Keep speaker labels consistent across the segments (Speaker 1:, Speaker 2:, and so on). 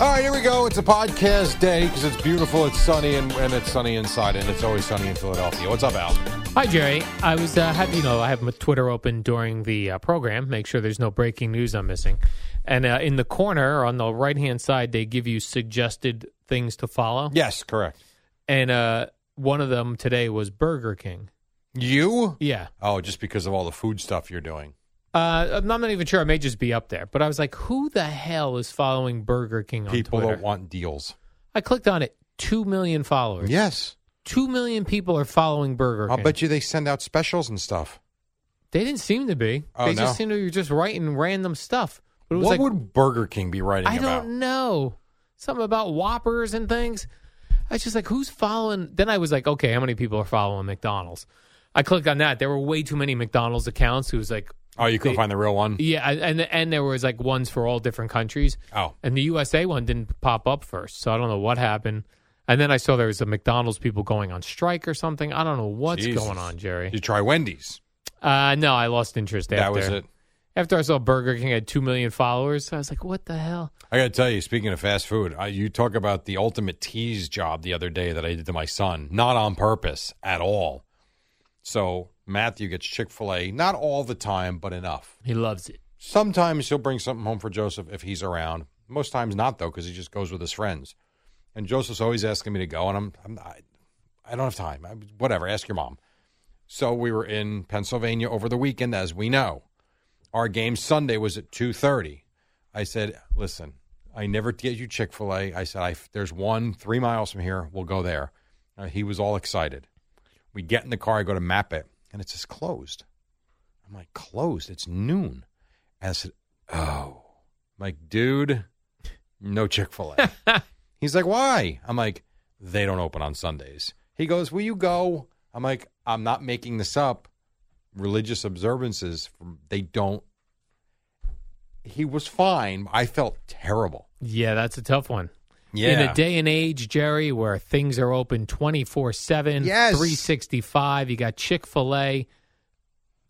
Speaker 1: All right, here we go. It's a podcast day because it's beautiful, it's sunny, and, and it's sunny inside, and it's always sunny in Philadelphia. What's up, Al?
Speaker 2: Hi, Jerry. I was uh, have you know I have my Twitter open during the uh, program. Make sure there's no breaking news I'm missing. And uh, in the corner on the right hand side, they give you suggested things to follow.
Speaker 1: Yes, correct.
Speaker 2: And uh, one of them today was Burger King.
Speaker 1: You?
Speaker 2: Yeah.
Speaker 1: Oh, just because of all the food stuff you're doing.
Speaker 2: Uh, I'm not even sure. I may just be up there, but I was like, "Who the hell is following Burger King on
Speaker 1: People
Speaker 2: Twitter?"
Speaker 1: don't want deals.
Speaker 2: I clicked on it. Two million followers.
Speaker 1: Yes.
Speaker 2: Two million people are following Burger
Speaker 1: I'll
Speaker 2: King.
Speaker 1: bet you they send out specials and stuff.
Speaker 2: They didn't seem to be.
Speaker 1: Oh,
Speaker 2: they
Speaker 1: no.
Speaker 2: just seemed to be just writing random stuff. But it was
Speaker 1: What
Speaker 2: like,
Speaker 1: would Burger King be writing
Speaker 2: I
Speaker 1: about?
Speaker 2: don't know. Something about Whoppers and things. I was just like, who's following? Then I was like, okay, how many people are following McDonald's? I clicked on that. There were way too many McDonald's accounts. It was like,
Speaker 1: Oh, you couldn't
Speaker 2: They-
Speaker 1: find the real one?
Speaker 2: yeah, and- and and there was like ones for all different countries,
Speaker 1: Oh.
Speaker 2: and the USA one didn't pop up first. So I don't know what happened. And then I saw there was a McDonald's people going on strike or something. I don't know what's
Speaker 1: Jesus.
Speaker 2: going on, Jerry.
Speaker 1: You try Wendy's.
Speaker 2: Uh, no, I lost interest.
Speaker 1: That
Speaker 2: after.
Speaker 1: was it.
Speaker 2: After I saw Burger King had 2 million followers, I was like, what the hell?
Speaker 1: I got to tell you, speaking of fast food, I, you talk about the ultimate tease job the other day that I did to my son, not on purpose at all. So Matthew gets Chick fil A, not all the time, but enough.
Speaker 2: He loves it.
Speaker 1: Sometimes he'll bring something home for Joseph if he's around. Most times not, though, because he just goes with his friends. And Joseph's always asking me to go, and I'm, I'm I, I don't have time. I, whatever, ask your mom. So we were in Pennsylvania over the weekend, as we know. Our game Sunday was at two thirty. I said, "Listen, I never get you Chick fil A." I said, I, "There's one three miles from here. We'll go there." Uh, he was all excited. We get in the car. I go to map it, and it says closed. I'm like, "Closed? It's noon." And I said, "Oh, I'm like dude, no Chick fil A." He's like, "Why?" I'm like, "They don't open on Sundays." He goes, "Will you go?" I'm like, "I'm not making this up." Religious observances, they don't. He was fine. I felt terrible.
Speaker 2: Yeah, that's a tough one. In a day and age, Jerry, where things are open 24 7,
Speaker 1: Yes.
Speaker 2: 365, you got Chick fil A.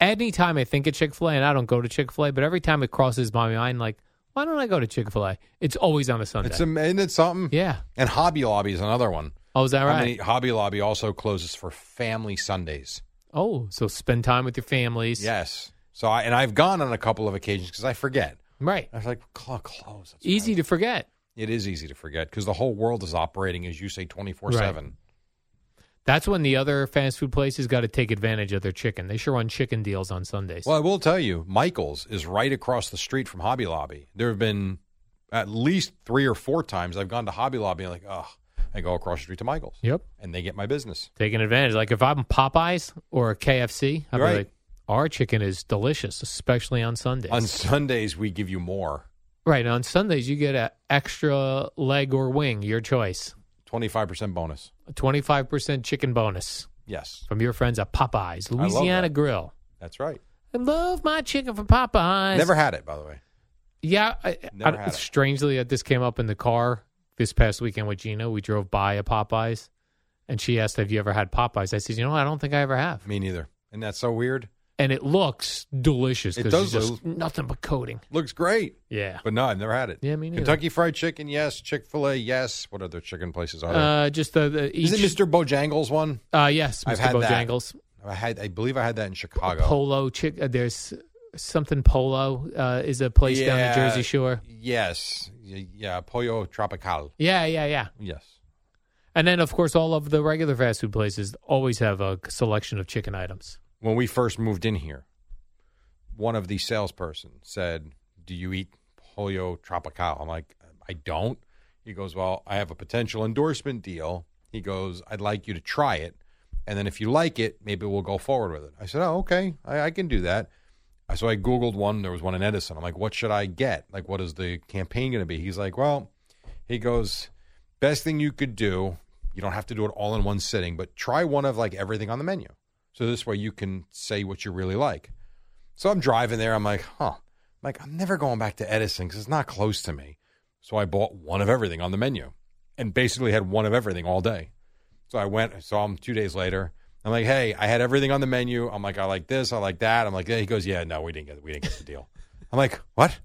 Speaker 2: Anytime I think of Chick fil A, and I don't go to Chick fil A, but every time it crosses my mind, like, why don't I go to Chick fil A? It's always on a Sunday.
Speaker 1: it's am- isn't it something?
Speaker 2: yeah.
Speaker 1: And Hobby Lobby is another one.
Speaker 2: Oh, is that
Speaker 1: How
Speaker 2: right?
Speaker 1: many- Hobby Lobby also closes for family Sundays.
Speaker 2: oh, so spend time with your families.
Speaker 1: Yes. So I and I've gone on a couple of occasions because I forget.
Speaker 2: Right.
Speaker 1: I was like, "Cl- close. That's
Speaker 2: Easy to forget.
Speaker 1: It is easy to forget because the whole world is operating, as you say, 24 7.
Speaker 2: That's when the other fast food places got to take advantage of their chicken. They sure run chicken deals on Sundays.
Speaker 1: Well, I will tell you, Michael's is right across the street from Hobby Lobby. There have been at least three or four times I've gone to Hobby Lobby and, like, oh, I go across the street to Michael's
Speaker 2: Yep.
Speaker 1: and they get my business.
Speaker 2: Taking advantage. Like if I'm Popeyes or a KFC, I'd
Speaker 1: Right.
Speaker 2: be like, our chicken is delicious, especially on Sundays.
Speaker 1: On Sundays, we give you more
Speaker 2: right. On Sundays, you get a extra leg or wing, your choice.
Speaker 1: 25% bonus.
Speaker 2: A 25% chicken bonus
Speaker 1: Yes,
Speaker 2: from your friends at Popeyes,
Speaker 1: love
Speaker 2: Louisiana
Speaker 1: that.
Speaker 2: Grill.
Speaker 1: that's right.
Speaker 2: I love my chicken from Popeyes.
Speaker 1: Never had it, by the way.
Speaker 2: Yeah, I,
Speaker 1: Never
Speaker 2: I,
Speaker 1: had it.
Speaker 2: strangely, that this came up in the car this past weekend with Gina. We drove by a Popeyes, and she asked, "Have you ever had Popeyes?" I said, "You know, I don't think I ever have."
Speaker 1: Me neither. And that's so weird.
Speaker 2: And it looks delicious.
Speaker 1: It
Speaker 2: 'cause
Speaker 1: does
Speaker 2: it's just
Speaker 1: look-
Speaker 2: nothing but coating.
Speaker 1: Looks great,
Speaker 2: Yeah,
Speaker 1: but no, I've never had it.
Speaker 2: yeah, me neither.
Speaker 1: Kentucky Fried Chicken, yes. Chick fil A, yes. What other chicken places are there?
Speaker 2: Uh, just the, the each,
Speaker 1: is it Mr. Bojangles one?
Speaker 2: Uh, yes,
Speaker 1: I've
Speaker 2: Mr.
Speaker 1: had that.
Speaker 2: Bojangles.
Speaker 1: I had, I believe, I had that in Chicago.
Speaker 2: Polo chick. Uh, there's something Polo uh, is a place down the
Speaker 1: Yeah,
Speaker 2: Jersey Shore.
Speaker 1: Yes, Y- yeah, Pollo Tropical.
Speaker 2: Yeah, yeah, yeah.
Speaker 1: Yes,
Speaker 2: And then of course all of the regular fast food places always have a selection of chicken items.
Speaker 1: when we first moved in here, one of the salesperson said, "Do you eat Pollo Tropical?" I'm like, "I don't." He goes, "Well, I have a potential endorsement deal." He goes, "I'd like you to try it, and then if you like it, maybe we'll go forward with it." I said, "Oh, okay, I, I can do that." I- So I googled one. There was one in Edison. I'm like, "What should I get? Like, what is the campaign going to be?" He's like, "Well," he goes, "Best thing you could do." You don't have to do it all in one sitting, but try one of like everything on the menu. So this way you can say what you really like. So I'm driving there. I'm like, huh. I'm like, I'm never going back to Edison because it's not close to me. So I bought one of everything on the menu and basically had one of everything all day. So I went, I saw him two days later. I'm like, hey, I had everything on the menu. I'm like, I like this, I like that. I'm like, yeah. he goes, yeah, no, we didn't get, we didn't get the deal. I'm like, what?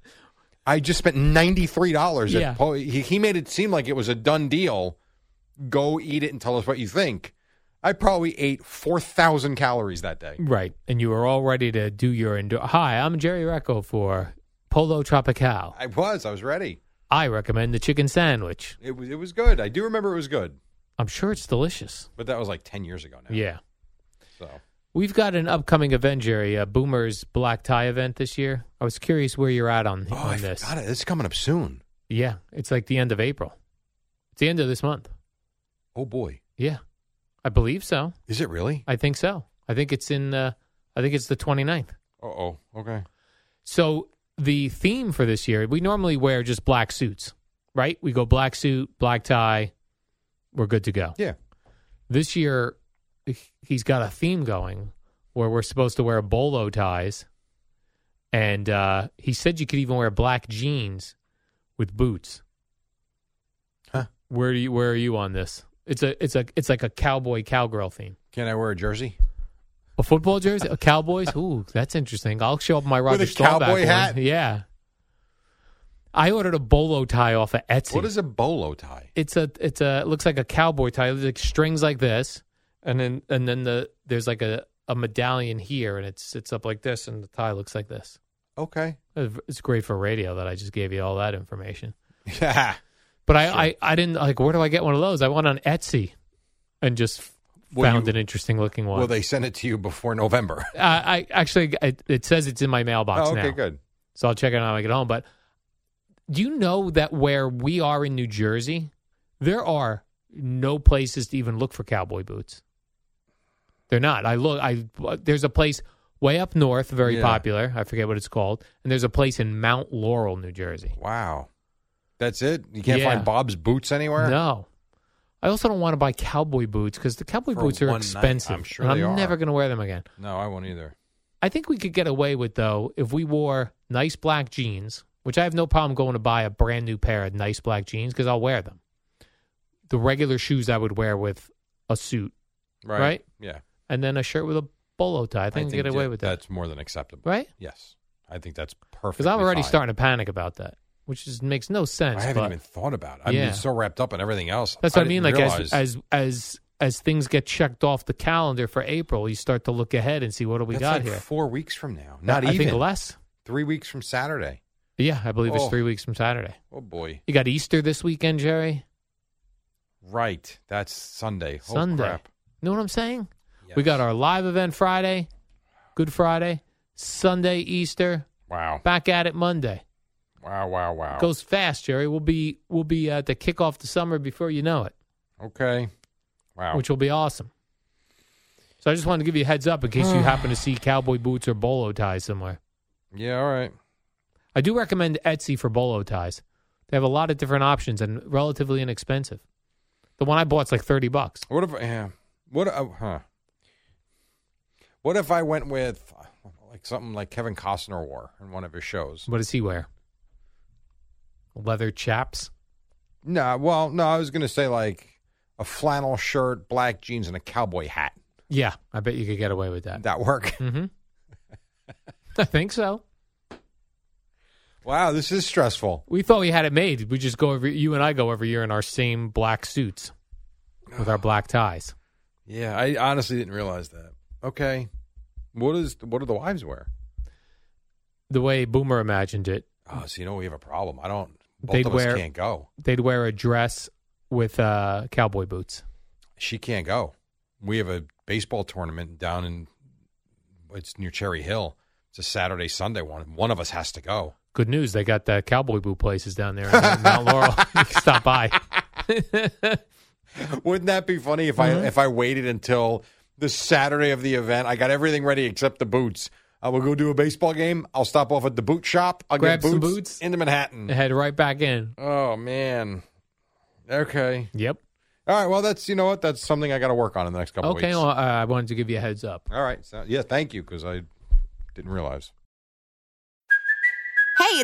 Speaker 1: I just spent ninety three dollars.
Speaker 2: Yeah.
Speaker 1: Po- he, he made it seem like it was a done deal. Go eat it and tell us what you think. I probably ate four thousand calories that day.
Speaker 2: Right. And you were all ready to do your endo- Hi, I'm Jerry Recco for Polo Tropical.
Speaker 1: I was. I was ready.
Speaker 2: I recommend the chicken sandwich.
Speaker 1: It was. It was good. I do remember it was good,
Speaker 2: I'm sure it's delicious.
Speaker 1: but that was like ten years ago now.
Speaker 2: Yeah.
Speaker 1: So
Speaker 2: We've got an upcoming event, Jerry, a Boomers Black Tie event this year. I was curious where you're at on,
Speaker 1: oh,
Speaker 2: on
Speaker 1: I
Speaker 2: this.
Speaker 1: forgot it. It's coming up soon.
Speaker 2: Yeah, it's like the end of April. It's the end of this month.
Speaker 1: Oh boy,
Speaker 2: Yeah, I believe so.
Speaker 1: is it really?
Speaker 2: I think so. I think it's in. Uh, I think it's the 29th.
Speaker 1: Uh oh. Okay.
Speaker 2: So the theme for this year, we normally wear just black suits, right? We go black suit, black tie. We're good to go.
Speaker 1: Yeah.
Speaker 2: This year, h- he's got a theme going where we're supposed to wear bolo ties, and uh, he said you could even wear black jeans with boots.
Speaker 1: Huh.
Speaker 2: Where do you? Where are you on this? It's a. It's a. It's like a cowboy cowgirl theme.
Speaker 1: Can I wear a jersey
Speaker 2: A football jersey, a Cowboys. Ooh, that's interesting. I'll show up my Roger
Speaker 1: With a
Speaker 2: Staubach
Speaker 1: cowboy
Speaker 2: one.
Speaker 1: hat?
Speaker 2: Yeah, I ordered a bolo tie off of Etsy.
Speaker 1: What is a bolo tie?
Speaker 2: It's a. It's a. It looks like a cowboy tie. There's like strings like this, and then and then the there's like a a medallion here, and it sits up like this, and the tie looks like this.
Speaker 1: Okay.
Speaker 2: It's great for radio that I just gave you all that information.
Speaker 1: Yeah.
Speaker 2: But I I, I didn't like. Where do I get one of those? I went on Etsy, and just
Speaker 1: Will
Speaker 2: found
Speaker 1: you-
Speaker 2: an interesting looking one.
Speaker 1: Will they send it to you before November?
Speaker 2: uh, I actually it, it says it's in my mailbox
Speaker 1: oh, okay.
Speaker 2: now.
Speaker 1: Good.
Speaker 2: So I'll check it out when I get home. But do you know that where we are in New Jersey, there are no places to even look for cowboy boots. They're not. I look. I there's a place way up north, very
Speaker 1: Yeah.
Speaker 2: popular. I forget what it's called, and there's a place in Mount Laurel, New Jersey.
Speaker 1: Wow. That's it. You can't
Speaker 2: Yeah.
Speaker 1: find Bob's boots anywhere.
Speaker 2: No. I also don't want to buy cowboy boots because the cowboy
Speaker 1: For
Speaker 2: boots are
Speaker 1: one night,
Speaker 2: expensive.
Speaker 1: I'm sure
Speaker 2: and
Speaker 1: they
Speaker 2: I'm
Speaker 1: are.
Speaker 2: never going to wear them again.
Speaker 1: No, I won't either.
Speaker 2: I think we could get away with though if we wore nice black jeans, which I have no problem going to buy a brand new pair of nice black jeans because I'll wear them. The regular shoes I would wear with a suit,
Speaker 1: Right.
Speaker 2: Right?
Speaker 1: Yeah.
Speaker 2: and then a shirt with a bolo tie. I think, we get away
Speaker 1: that-
Speaker 2: with that,
Speaker 1: That's more than acceptable.
Speaker 2: right?
Speaker 1: Yes. I think that's perfect.
Speaker 2: Because I'm already starting to panic about that, which is, makes no sense.
Speaker 1: I haven't
Speaker 2: but
Speaker 1: even thought about it. I'm
Speaker 2: Yeah.
Speaker 1: so wrapped up in everything else.
Speaker 2: that's what I, mean.
Speaker 1: didn't
Speaker 2: Like
Speaker 1: realize-
Speaker 2: as as as as things get checked off the calendar for April, you start to look ahead and see what do we
Speaker 1: That's
Speaker 2: got
Speaker 1: like
Speaker 2: here.
Speaker 1: Four weeks from now, not
Speaker 2: I
Speaker 1: even
Speaker 2: think less.
Speaker 1: three weeks from Saturday.
Speaker 2: Yeah, I believe it's
Speaker 1: Oh.
Speaker 2: three weeks from Saturday.
Speaker 1: Oh boy,
Speaker 2: You got Easter this weekend, Jerry.
Speaker 1: right? That's Sunday. Oh,
Speaker 2: Sunday.
Speaker 1: crap.
Speaker 2: You know what I'm saying? We got
Speaker 1: Yes.
Speaker 2: our live event Friday, Good Friday, Sunday, Easter,
Speaker 1: wow,
Speaker 2: back at it Monday.
Speaker 1: wow, wow, wow.
Speaker 2: Goes fast, Jerry. We'll be we'll be at the kickoff the summer before you know it,
Speaker 1: okay, wow.
Speaker 2: which will be awesome. So I just wanted to give you a heads up in case you happen to see cowboy boots or bolo ties somewhere.
Speaker 1: yeah, all right.
Speaker 2: I do recommend Etsy for bolo ties. They have a lot of different options and relatively inexpensive. The one I bought's like thirty bucks.
Speaker 1: What if? Yeah. What? Uh, huh. What if I went with uh, like something like Kevin Costner wore in one of his shows?
Speaker 2: What does he wear? Leather chaps.
Speaker 1: No, well, no, I was gonna say like a flannel shirt, black jeans, and a cowboy hat.
Speaker 2: Yeah, I bet you could get away with that.
Speaker 1: That work?
Speaker 2: Mm-hmm. I think so.
Speaker 1: wow, this is stressful.
Speaker 2: We thought we had it made. We just go every. You and I go every year in our same black suits with our black ties.
Speaker 1: Yeah, I honestly didn't realize that. Okay. What is what do the wives wear?
Speaker 2: The way Boomer imagined it,
Speaker 1: Oh, so you know we have a problem. I don't. Both
Speaker 2: They'd
Speaker 1: of
Speaker 2: wear-
Speaker 1: us can't go.
Speaker 2: they'd wear a dress with uh, cowboy boots.
Speaker 1: She can't go. We have a baseball tournament down in it's near Cherry Hill. It's a Saturday Sunday one. One of us has to go.
Speaker 2: Good news, they got the cowboy boot places down there in Mount Laurel. You can Stop by.
Speaker 1: Wouldn't that be funny if
Speaker 2: Uh-huh.
Speaker 1: I if I waited until the Saturday of the event? I got everything ready except the boots. I will go do a baseball game. I'll stop off at the boot shop. I'll
Speaker 2: Grab
Speaker 1: get
Speaker 2: some
Speaker 1: boots,
Speaker 2: boots.
Speaker 1: into Manhattan.
Speaker 2: Head right back in.
Speaker 1: Oh man. Okay.
Speaker 2: Yep.
Speaker 1: All right. Well, that's you know what. That's something I got to work on in the next couple of
Speaker 2: Okay,
Speaker 1: weeks.
Speaker 2: well, uh, I wanted to give you a heads up.
Speaker 1: All right. So, yeah. Thank you because I didn't realize.
Speaker 3: Hey,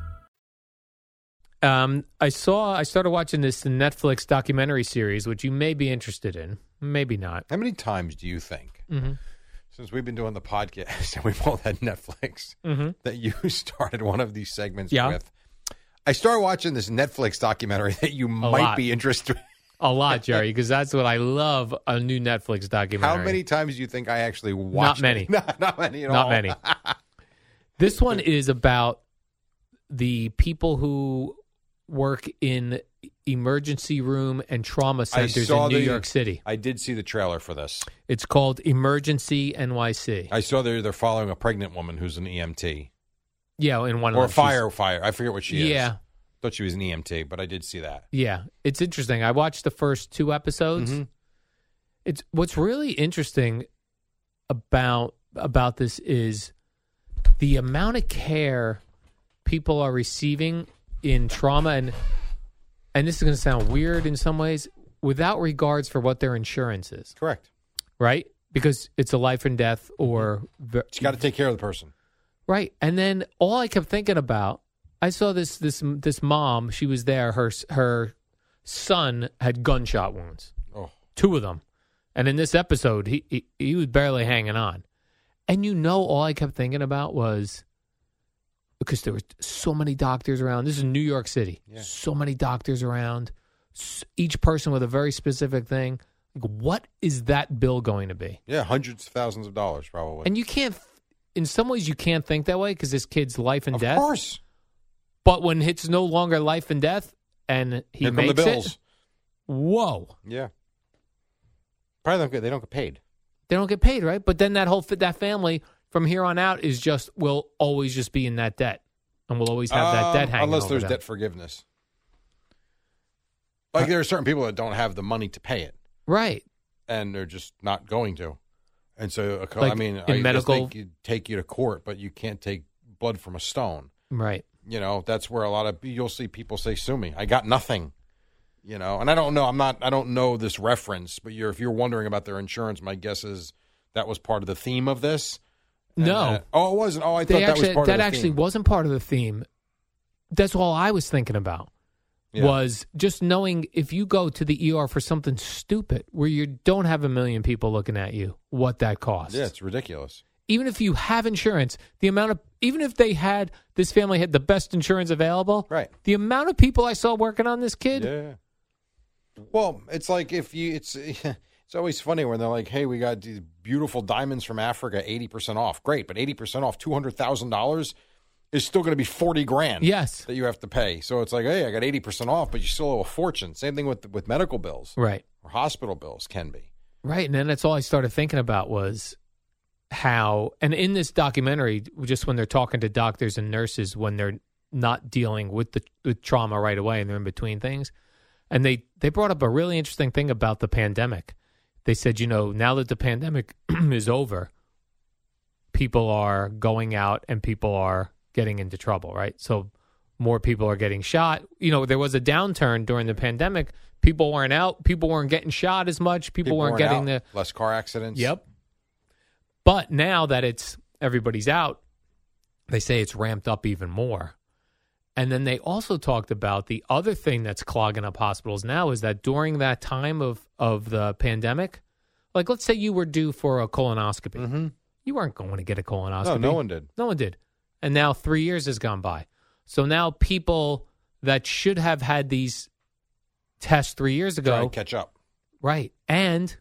Speaker 2: Um, I saw. I started watching this Netflix documentary series, which you may be interested in, maybe not.
Speaker 1: How many times do you think
Speaker 2: Mm-hmm.
Speaker 1: since we've been doing the podcast and we both had Netflix that you started one of these segments
Speaker 2: Mm-hmm. Yeah.
Speaker 1: with? I started watching this Netflix documentary that you might
Speaker 2: lot.
Speaker 1: be interested.
Speaker 2: A lot, Jerry, because that's what I love. A new Netflix documentary.
Speaker 1: How many times do you think I actually watched?
Speaker 2: many.
Speaker 1: It? Not, not many at all.
Speaker 2: Not many. this one is about the people who work in emergency room and trauma
Speaker 1: I
Speaker 2: centers
Speaker 1: saw
Speaker 2: in New
Speaker 1: the-
Speaker 2: York City.
Speaker 1: I did see the trailer for this.
Speaker 2: It's called Emergency NYC.
Speaker 1: I saw they're they're following a pregnant woman who's an EMT
Speaker 2: yeah, in one
Speaker 1: or a
Speaker 2: of them. She's-
Speaker 1: fire fire. I forget what she is.
Speaker 2: Yeah.
Speaker 1: thought she was an EMT, but I did see that.
Speaker 2: Yeah, it's interesting. I watched the first two episodes. It's what's really interesting about about this is the amount of care people are receiving in trauma and and this is going to sound weird in some ways without regards for what their insurance is,
Speaker 1: Correct.
Speaker 2: right? Because it's a life and death or ve-
Speaker 1: She got to take care of the person.
Speaker 2: Right. And then all I kept thinking about, I saw this this this mom. She was there. Her her son had gunshot wounds,
Speaker 1: Oh.
Speaker 2: two of them, and in this episode, he, he he was barely hanging on. And you know, all I kept thinking about was because there were so many doctors around. This is New York City. So many doctors around. s- Each person with a very specific thing. Like, what is that bill going to be?
Speaker 1: Yeah, hundreds of thousands of dollars probably.
Speaker 2: And you can't, in some ways, you can't think that way because this kid's life and
Speaker 1: of
Speaker 2: death.
Speaker 1: course,
Speaker 2: But when it's no longer life and death, and he
Speaker 1: here come
Speaker 2: makes
Speaker 1: the bills.
Speaker 2: it, whoa,
Speaker 1: Yeah, probably don't get, they don't get paid.
Speaker 2: they don't get paid, right? But then that whole fa- that family from here on out is just will always just be in that debt, and will always have that debt
Speaker 1: Um,
Speaker 2: hanging
Speaker 1: unless
Speaker 2: over
Speaker 1: there's
Speaker 2: them.
Speaker 1: debt forgiveness. Like there are certain people that don't have the money to pay it,
Speaker 2: right?
Speaker 1: and they're just not going to. And so, a co- I
Speaker 2: Like
Speaker 1: mean,
Speaker 2: in
Speaker 1: I guess
Speaker 2: medical-
Speaker 1: they could take you to court, but you can't take blood from a stone.
Speaker 2: Right.
Speaker 1: you know that's where a lot of you'll see people say sue me i got nothing you know and i don't know i'm not i don't know this reference but you're if you're wondering about their insurance my guess is that was part of the theme of this And,
Speaker 2: no,
Speaker 1: uh, oh it wasn't oh i
Speaker 2: they
Speaker 1: thought that
Speaker 2: actually
Speaker 1: was part of the
Speaker 2: actually
Speaker 1: theme.
Speaker 2: wasn't part of the theme. That's all I was thinking about.
Speaker 1: Yeah.
Speaker 2: was just knowing if you go to the ER for something stupid where you don't have a million people looking at you, what that costs.
Speaker 1: yeah it's ridiculous
Speaker 2: Even if you have insurance, the amount of even if they had this family had the best insurance available,
Speaker 1: Right.
Speaker 2: The amount of people I saw working on this kid,
Speaker 1: yeah well it's like if you it's it's always funny when they're like hey we got these beautiful diamonds from africa 80% off great but 80% off $200000 is still going to be 40 grand
Speaker 2: yes,
Speaker 1: that you have to pay. So it's like, hey, I got eighty percent off, but you still owe a fortune. Same thing with with medical bills
Speaker 2: right,
Speaker 1: or hospital bills can be.
Speaker 2: right. And then that's all I started thinking about was how and in this documentary, just when they're talking to doctors and nurses when they're not dealing with the with trauma right away and they're in between things, and they they brought up a really interesting thing about the pandemic. They said, you know, now that the pandemic is over, people are going out and people are getting into trouble, right? So more people are getting shot. You know, there was a downturn during the pandemic. People weren't out. People weren't getting shot as much. People, weren't, getting
Speaker 1: out, less car accidents.
Speaker 2: the. Yep. But now that it's everybody's out, they say it's ramped up even more. And then they also talked about the other thing that's clogging up hospitals now is that during that time of, of the pandemic, like let's say you were due for a colonoscopy. You weren't going to get a colonoscopy.
Speaker 1: Mm-hmm. No, no one did.
Speaker 2: No one did. And now three years has gone by. So now people that should have had these tests three years
Speaker 1: Try
Speaker 2: ago.
Speaker 1: to catch up.
Speaker 2: Right. And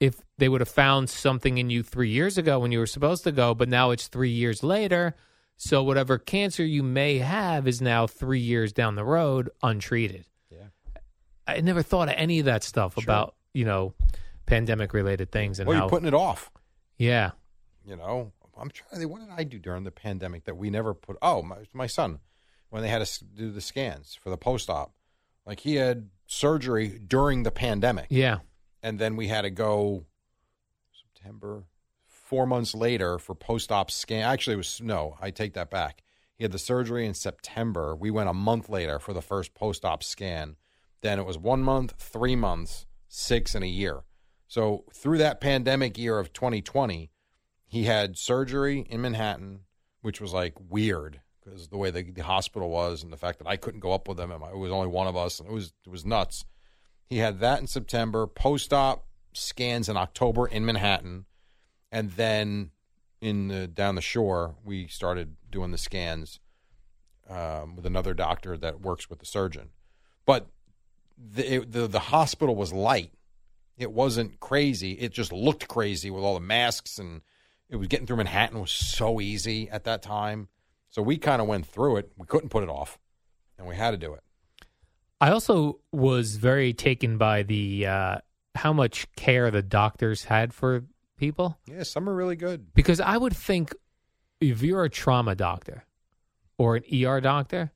Speaker 2: if they would have found something in you three years ago when you were supposed to go, but now it's three years later. So whatever cancer you may have is now three years down the road untreated.
Speaker 1: Yeah.
Speaker 2: I never thought of any of that stuff
Speaker 1: Sure.
Speaker 2: about, you know, pandemic related things and
Speaker 1: well,
Speaker 2: how
Speaker 1: you're putting it off.
Speaker 2: Yeah.
Speaker 1: You know, I'm trying. to What did I do during the pandemic that we never put? Oh, my, my son, when they had us do the scans for the post op, like he had surgery during the pandemic,
Speaker 2: Yeah.
Speaker 1: and then we had to go September four months later for post op scan. Actually, it was no. I take that back. He had the surgery in September. We went a month later for the first post op scan. Then it was one month, three months, six, and a year. So through that pandemic year of 2020, he had surgery in Manhattan, which was like weird because the way the, the hospital was and the fact that I couldn't go up with him. and my- It was only one of us, and it was it was nuts. He had that in September, post op scans in October in Manhattan, and then in the, down the shore we started doing the scans um, with another doctor that works with the surgeon. But the, it, the the hospital was light. It wasn't crazy. It just looked crazy with all the masks and it was getting through Manhattan was so easy at that time. So we kind of went through it. We couldn't put it off, and we had to do it.
Speaker 2: I also was very taken by the uh, how much care the doctors had for people.
Speaker 1: Yeah, some are really good.
Speaker 2: Because I would think if you're a trauma doctor or an ER doctor,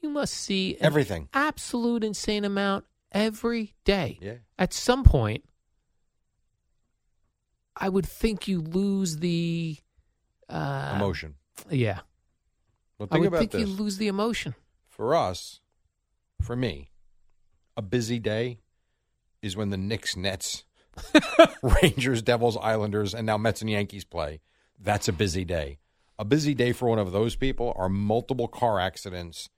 Speaker 2: you must see an
Speaker 1: Everything.
Speaker 2: absolute insane amount every day.
Speaker 1: Yeah.
Speaker 2: At some point, I would think you lose the uh,
Speaker 1: Emotion.
Speaker 2: Yeah,
Speaker 1: Well,
Speaker 2: I
Speaker 1: think
Speaker 2: would
Speaker 1: about
Speaker 2: think
Speaker 1: this.
Speaker 2: you lose the emotion.
Speaker 1: for us, for me, a busy day is when the Knicks, Nets, Rangers, Devils, Islanders, and now Mets and Yankees play. That's a busy day. A busy day for one of those people are multiple car accidents,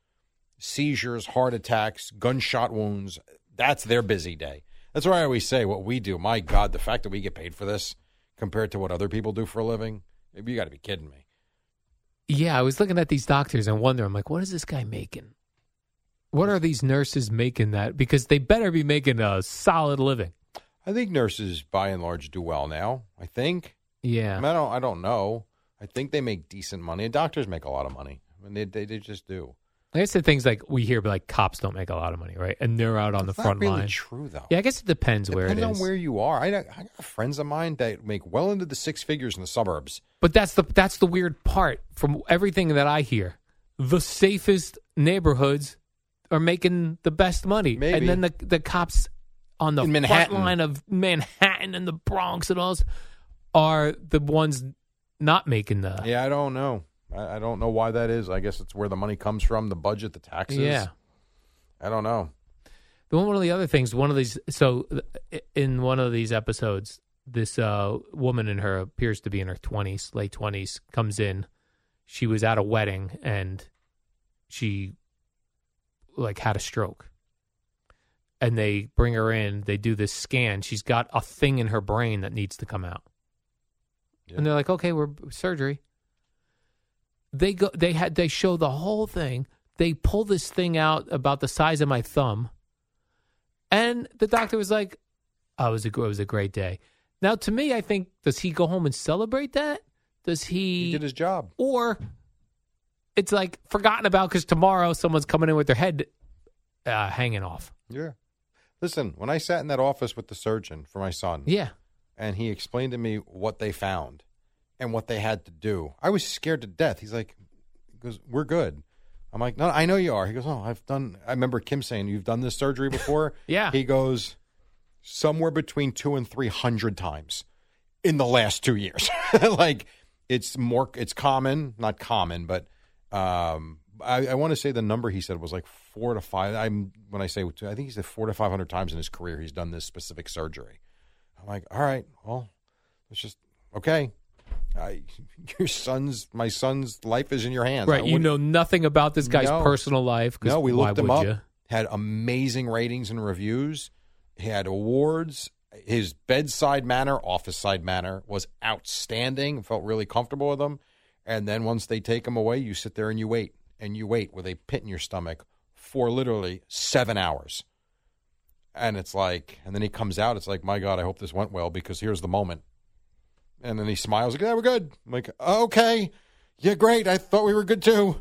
Speaker 1: seizures, heart attacks, gunshot wounds. That's their busy day. That's why I always say what we do. My God, the fact that we get paid for this compared to what other people do for a living, you got to be kidding me.
Speaker 2: Yeah, I was looking at these doctors and wondering, I'm like, what is this guy making? What are these nurses making that? Because they better be making a solid living.
Speaker 1: I think nurses, by and large, do well now. I think. I, mean,
Speaker 2: Yeah,
Speaker 1: I don't. I don't know. I think they make decent money. Doctors make a lot of money. I mean, they they, they just do.
Speaker 2: I guess the things like we hear, but like cops don't make a lot of money, right? And they're out on
Speaker 1: It's
Speaker 2: the
Speaker 1: not
Speaker 2: front
Speaker 1: really
Speaker 2: line.
Speaker 1: True though.
Speaker 2: Yeah, I guess it depends, where it
Speaker 1: Depends on
Speaker 2: is.
Speaker 1: where you are. I, got- I got friends of mine that make well into the six figures in the suburbs.
Speaker 2: But that's the that's the weird part from everything that I hear. The safest neighborhoods are making the best money,
Speaker 1: Maybe.
Speaker 2: and then the the cops on the
Speaker 1: In
Speaker 2: front
Speaker 1: Manhattan.
Speaker 2: line of Manhattan and the Bronx and all those are the ones not making the
Speaker 1: yeah, I don't know. I, I don't know why that is. I guess it's where the money comes from, the budget, the taxes.
Speaker 2: yeah.
Speaker 1: I don't know.
Speaker 2: The one, one of the other things, one of these. So, th- in one of these episodes, this uh, woman in her appears to be in her twenties, late twenties, comes in. She was at a wedding and she like had a stroke. And they bring her in. They do this scan. She's got a thing in her brain that needs to come out.
Speaker 1: Yeah.
Speaker 2: And they're like, "Okay, we're surgery." They go. They had. They show the whole thing. They pull this thing out about the size of my thumb. And the doctor was like, "Oh, it was a gr- it was a great day." Now, to me, I think does he go home and celebrate that? Does he?
Speaker 1: He did his job.
Speaker 2: or it's like forgotten about because tomorrow someone's coming in with their head uh, hanging off.
Speaker 1: Yeah. Listen, when I sat in that office with the surgeon for my son,
Speaker 2: Yeah,
Speaker 1: and he explained to me what they found and what they had to do. I was scared to death. He's like, he goes, we're good. I'm like, no, I know you are. He goes, oh, I've done. I remember Kim saying you've done this surgery before.
Speaker 2: Yeah.
Speaker 1: He goes, somewhere between two and three hundred times in the last two years. like it's more, it's common, not common, but um, I, I want to say the number he said was like four to five. I'm when I say two, I think he said four to five hundred times in his career he's done this specific surgery. I'm like, all right, well, it's just okay. I, your son's, my son's life is in your hands.
Speaker 2: Right.
Speaker 1: I
Speaker 2: You
Speaker 1: wouldn't-
Speaker 2: know nothing about this guy's
Speaker 1: No.
Speaker 2: personal life. 'cause
Speaker 1: No, we
Speaker 2: why
Speaker 1: looked him
Speaker 2: would
Speaker 1: up.
Speaker 2: ya?
Speaker 1: Had amazing ratings and reviews. He had awards. His bedside manner, office side manner, was outstanding. Felt really comfortable with him. And then once they take him away, you sit there and you wait and you wait with a pit in your stomach for literally seven hours. And it's like, and then he comes out. It's like, my God, I hope this went well because here's the moment. And then he smiles like, yeah, we're good. I'm like, okay, yeah, great. I thought we were good too.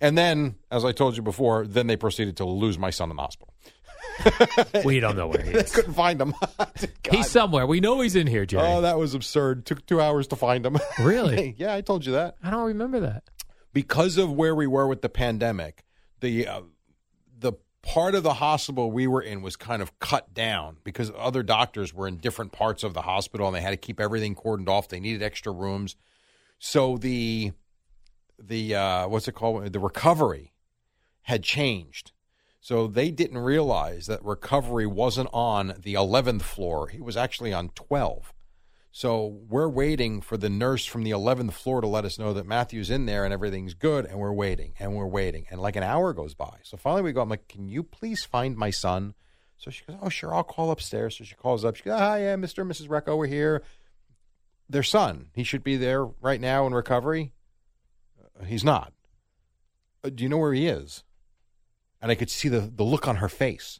Speaker 1: And then, as I told you before, then they proceeded to lose my son in the hospital.
Speaker 2: We don't know where he
Speaker 1: They
Speaker 2: is.
Speaker 1: couldn't find him.
Speaker 2: He's somewhere. We know he's in here, Jerry.
Speaker 1: oh, that was absurd. Took two hours to find him.
Speaker 2: Really?
Speaker 1: yeah, I told you that.
Speaker 2: I don't remember that.
Speaker 1: Because of where we were with the pandemic, the uh, the part of the hospital we were in was kind of cut down because other doctors were in different parts of the hospital and they had to keep everything cordoned off. They needed extra rooms. So the the uh, what's it called? The recovery had changed. So they didn't realize that recovery wasn't on the 11th floor. It was actually on 12. So we're waiting for the nurse from the 11th floor to let us know that Matthew's in there and everything's good. And we're waiting and we're waiting. And like an hour goes by. So finally we go, I'm like, can you please find my son? So she goes, oh, sure, I'll call upstairs. So she calls up. She goes, hi, yeah, Mr. and Mrs. Recco, we're here. Their son, he should be there right now in recovery. Uh, He's not. "Uh, Do you know where he is? and I could see the, the look on her face.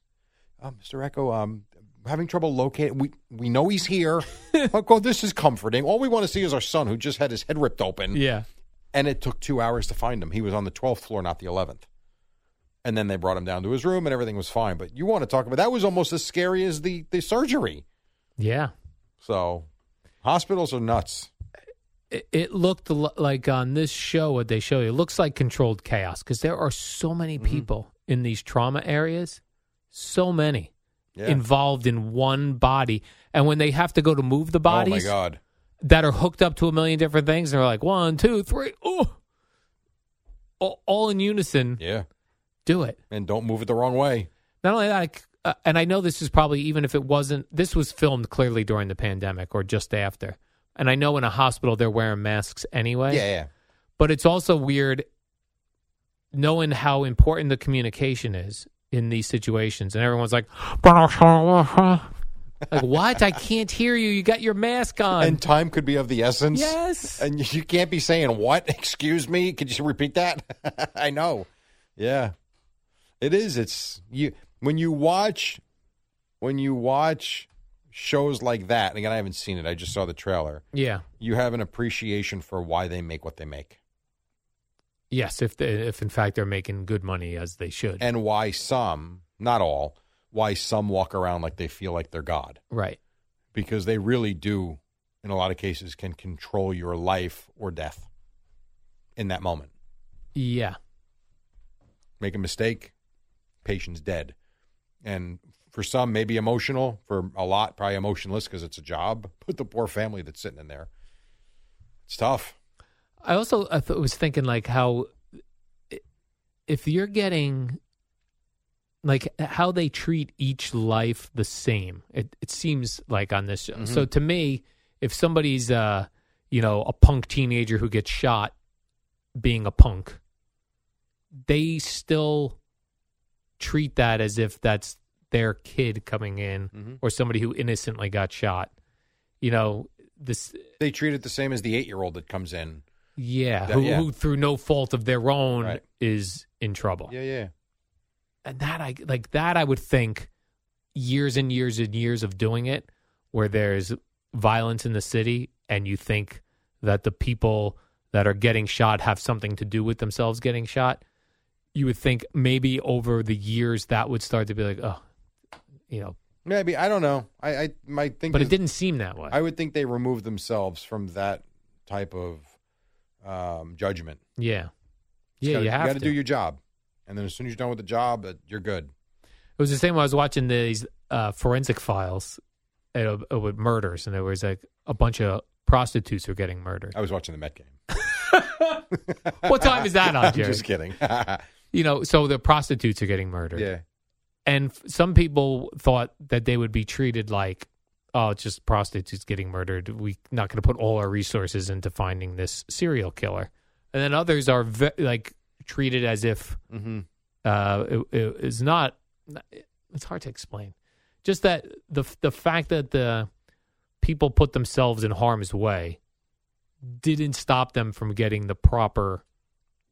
Speaker 1: Oh, Mr. Echo, um, having trouble locating. We we know he's here. oh, God, this is comforting. All we want to see is our son who just had his head ripped open,
Speaker 2: Yeah.
Speaker 1: and it took two hours to find him. He was on the twelfth floor, not the eleventh. And then they brought him down to his room, and everything was fine. But you want to talk about that was almost as scary as the the surgery.
Speaker 2: Yeah.
Speaker 1: So hospitals are nuts.
Speaker 2: It, it looked l- like on this show, what they show you, it looks like controlled chaos because there are so many
Speaker 1: Mm-hmm.
Speaker 2: people in these trauma areas, so many
Speaker 1: Yeah.
Speaker 2: involved in one body. And when they have to go to move the
Speaker 1: oh my
Speaker 2: bodies
Speaker 1: God.
Speaker 2: that are hooked up to a million different things, they're like, one, two, three, oh, all, all in unison,
Speaker 1: Yeah.
Speaker 2: do it.
Speaker 1: And don't move it the wrong way.
Speaker 2: Not only that, I c uh, and I know this is probably even if it wasn't, this was filmed clearly during the pandemic or just after. And I know in a hospital they're wearing masks anyway.
Speaker 1: Yeah, yeah.
Speaker 2: But it's also weird knowing how important the communication is in these situations. And everyone's like, like what? I can't hear you. You got your mask on.
Speaker 1: and time could be of the essence.
Speaker 2: yes.
Speaker 1: And you- you can't be saying what? Excuse me. Could you repeat that? I know. Yeah. It is. It's you when you watch when you watch shows like that. And again, I haven't seen it. I just saw the trailer.
Speaker 2: yeah.
Speaker 1: You have an appreciation for why they make what they make
Speaker 2: Yes. If they, if in fact they're making good money as they should.
Speaker 1: and why some, not all, why some walk around like they feel like they're God.
Speaker 2: right.
Speaker 1: because they really do, in a lot of cases, can control your life or death in that moment.
Speaker 2: Yeah.
Speaker 1: Make a mistake, patient's dead. And for some, maybe emotional. For a lot, probably emotionless because it's a job. But the poor family that's sitting in there, it's tough.
Speaker 2: I also I th- was thinking like how i- if you're getting like how they treat each life the same. It it seems like on this show. So to me, if somebody's uh you know a punk teenager who gets shot being a punk, they still treat that as if that's their kid coming in or somebody who innocently got shot. You know, this
Speaker 1: They treat it the same as the eight year old that comes in.
Speaker 2: yeah,
Speaker 1: That-
Speaker 2: who,
Speaker 1: yeah.
Speaker 2: who through no fault of their own
Speaker 1: Right.
Speaker 2: is in trouble.
Speaker 1: Yeah, yeah.
Speaker 2: And that I like that I would think years and years and years of doing it where there's violence in the city and you think that the people that are getting shot have something to do with themselves getting shot, you would think maybe over the years that would start to be like, oh, you know,
Speaker 1: Maybe. I don't know. I, I might think.
Speaker 2: but it
Speaker 1: that-
Speaker 2: didn't seem that way.
Speaker 1: I would think they remove themselves from that type of um, judgment.
Speaker 2: yeah.
Speaker 1: Just
Speaker 2: Yeah,
Speaker 1: gotta-
Speaker 2: you have
Speaker 1: gotta do your job, and then as soon as you're done with the job, uh, you're good.
Speaker 2: It was the same when I was watching these uh, forensic files uh, uh, with murders, and there was like a bunch of prostitutes who were getting murdered.
Speaker 1: I was watching the Met game.
Speaker 2: What time is that on,
Speaker 1: I'm
Speaker 2: Jerry?
Speaker 1: just kidding. yeah,
Speaker 2: You know, so the prostitutes are getting murdered.
Speaker 1: yeah,
Speaker 2: And f- some people thought that they would be treated like oh, it's just prostitutes getting murdered. We're not going to put all our resources into finding this serial killer. And then others are ve- like treated as if
Speaker 1: Mm-hmm.
Speaker 2: uh, it, it is not. It's hard to explain. Just that the the fact that the people put themselves in harm's way didn't stop them from getting the proper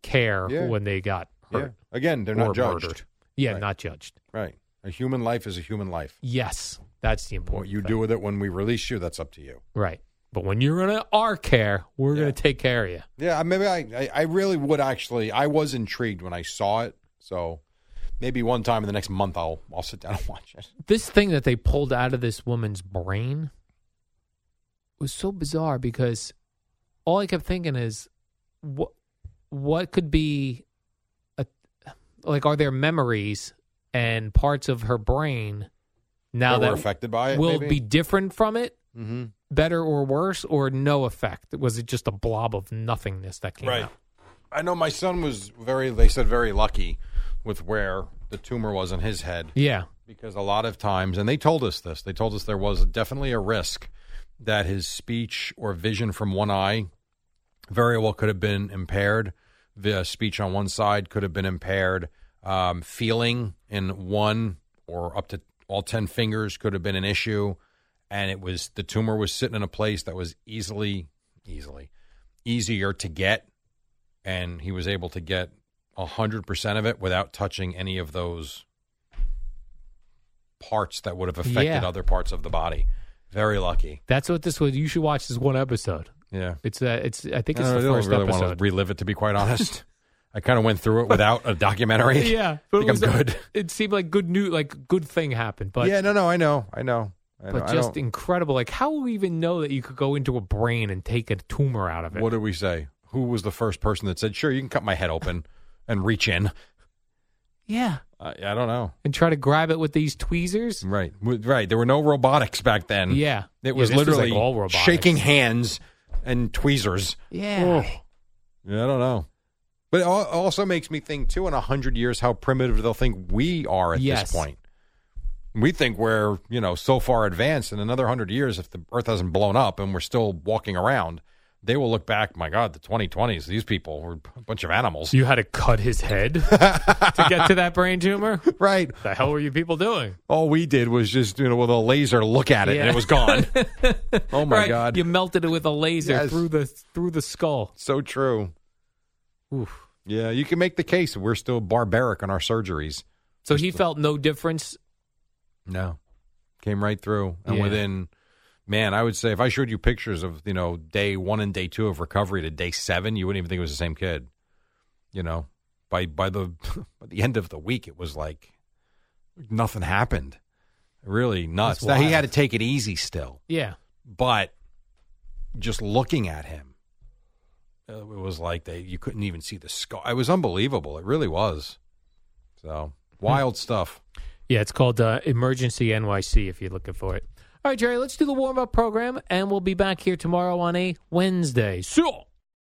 Speaker 2: care
Speaker 1: Yeah.
Speaker 2: when they got
Speaker 1: Yeah.
Speaker 2: hurt.
Speaker 1: Again, they're not
Speaker 2: or
Speaker 1: judged.
Speaker 2: murdered. Yeah,
Speaker 1: Right.
Speaker 2: not judged.
Speaker 1: Right. A human life is a human life.
Speaker 2: Yes, that's the important.
Speaker 1: What you
Speaker 2: thing.
Speaker 1: do with it when we release you, that's up to you.
Speaker 2: right? But when you're in our care, we're
Speaker 1: Yeah.
Speaker 2: going to take care of you.
Speaker 1: Yeah, I- maybe I, I, I really would actually. I was intrigued when I saw it, so maybe one time in the next month I'll I'll sit down and watch it.
Speaker 2: This thing that they pulled out of this woman's brain was so bizarre because all I kept thinking is, what what could be, a, like, are there memories and parts of her brain now
Speaker 1: They were
Speaker 2: that
Speaker 1: affected by it,
Speaker 2: will
Speaker 1: maybe?
Speaker 2: be different from it?
Speaker 1: Mm-hmm.
Speaker 2: Better or worse, or no effect? Was it just a blob of nothingness that came
Speaker 1: Right.
Speaker 2: out?
Speaker 1: I know my son was very. They said very lucky with where the tumor was in his head
Speaker 2: Yeah,
Speaker 1: because a lot of times, and they told us this. They told us there was definitely a risk that his speech or vision from one eye very well could have been impaired. The speech on one side could have been impaired. Um, feeling in one or up to all 10 fingers could have been an issue. And it was the tumor was sitting in a place that was easily, easily, easier to get. And he was able to get 100% of it without touching any of those parts that would have affected
Speaker 2: Yeah.
Speaker 1: other parts of the body. Very lucky.
Speaker 2: that's what this was. You should watch this one episode.
Speaker 1: Yeah.
Speaker 2: It's uh, it's. I think it's
Speaker 1: I
Speaker 2: the
Speaker 1: don't
Speaker 2: first
Speaker 1: really want
Speaker 2: episode.
Speaker 1: to relive it, to be quite honest. I kind of went through it without a documentary.
Speaker 2: yeah,
Speaker 1: I
Speaker 2: but
Speaker 1: think
Speaker 2: it
Speaker 1: I'm
Speaker 2: was
Speaker 1: good.
Speaker 2: It seemed like good new, like good thing happened, but
Speaker 1: yeah, no, no, I know, I know, I know.
Speaker 2: but
Speaker 1: I
Speaker 2: just
Speaker 1: don't-
Speaker 2: incredible. Like how will we even know that you could go into a brain and take a tumor out of it?
Speaker 1: what did we say? Who was the first person that said, "Sure, you can cut my head open and reach in"?
Speaker 2: yeah,
Speaker 1: I, I don't know.
Speaker 2: and try to grab it with these tweezers.
Speaker 1: Right, W- right. There were no robotics back then.
Speaker 2: Yeah, Yeah,
Speaker 1: Mm-hmm. it was
Speaker 2: this like
Speaker 1: literally
Speaker 2: all robotics.
Speaker 1: shaking hands and tweezers.
Speaker 2: Yeah,
Speaker 1: Yeah, I don't know. But it al- also makes me think too. In a hundred years, how primitive they'll think we are at
Speaker 2: Yes.
Speaker 1: this point. We think we're you know so far advanced. In another hundred years, if the Earth hasn't blown up and we're still walking around, they will look back. My God, the 2020s. These people were a bunch of animals.
Speaker 2: so you had to cut his head to get to that brain tumor.
Speaker 1: Right.
Speaker 2: The hell were you people doing?
Speaker 1: All we did was just you know with a laser look at it and
Speaker 2: Yeah.
Speaker 1: it was gone. oh my
Speaker 2: Right,
Speaker 1: God.
Speaker 2: You melted it with a laser
Speaker 1: Yes.
Speaker 2: through the through the skull.
Speaker 1: so true.
Speaker 2: Oof.
Speaker 1: Yeah, you can make the case that we're still barbaric on our surgeries.
Speaker 2: So he felt no difference.
Speaker 1: No. Came right through. And
Speaker 2: Yeah.
Speaker 1: within, man, I would say if I showed you pictures of, you know, day one and day two of recovery to day seven, you wouldn't even think it was the same kid. You know, by, by the, by the end of the week, it was like nothing happened. Really nuts. Now,
Speaker 2: That's
Speaker 1: he had to
Speaker 2: wild.
Speaker 1: take it easy still,
Speaker 2: Yeah,
Speaker 1: but just looking at him, uh, it was like they, you couldn't even see the scar. It was unbelievable. It really was. So
Speaker 2: Hmm.
Speaker 1: wild stuff.
Speaker 2: Yeah, it's called uh, Emergency NYC if you're looking for it. All right, Jerry, let's do the warm up program, and we'll be back here tomorrow on a Wednesday. So.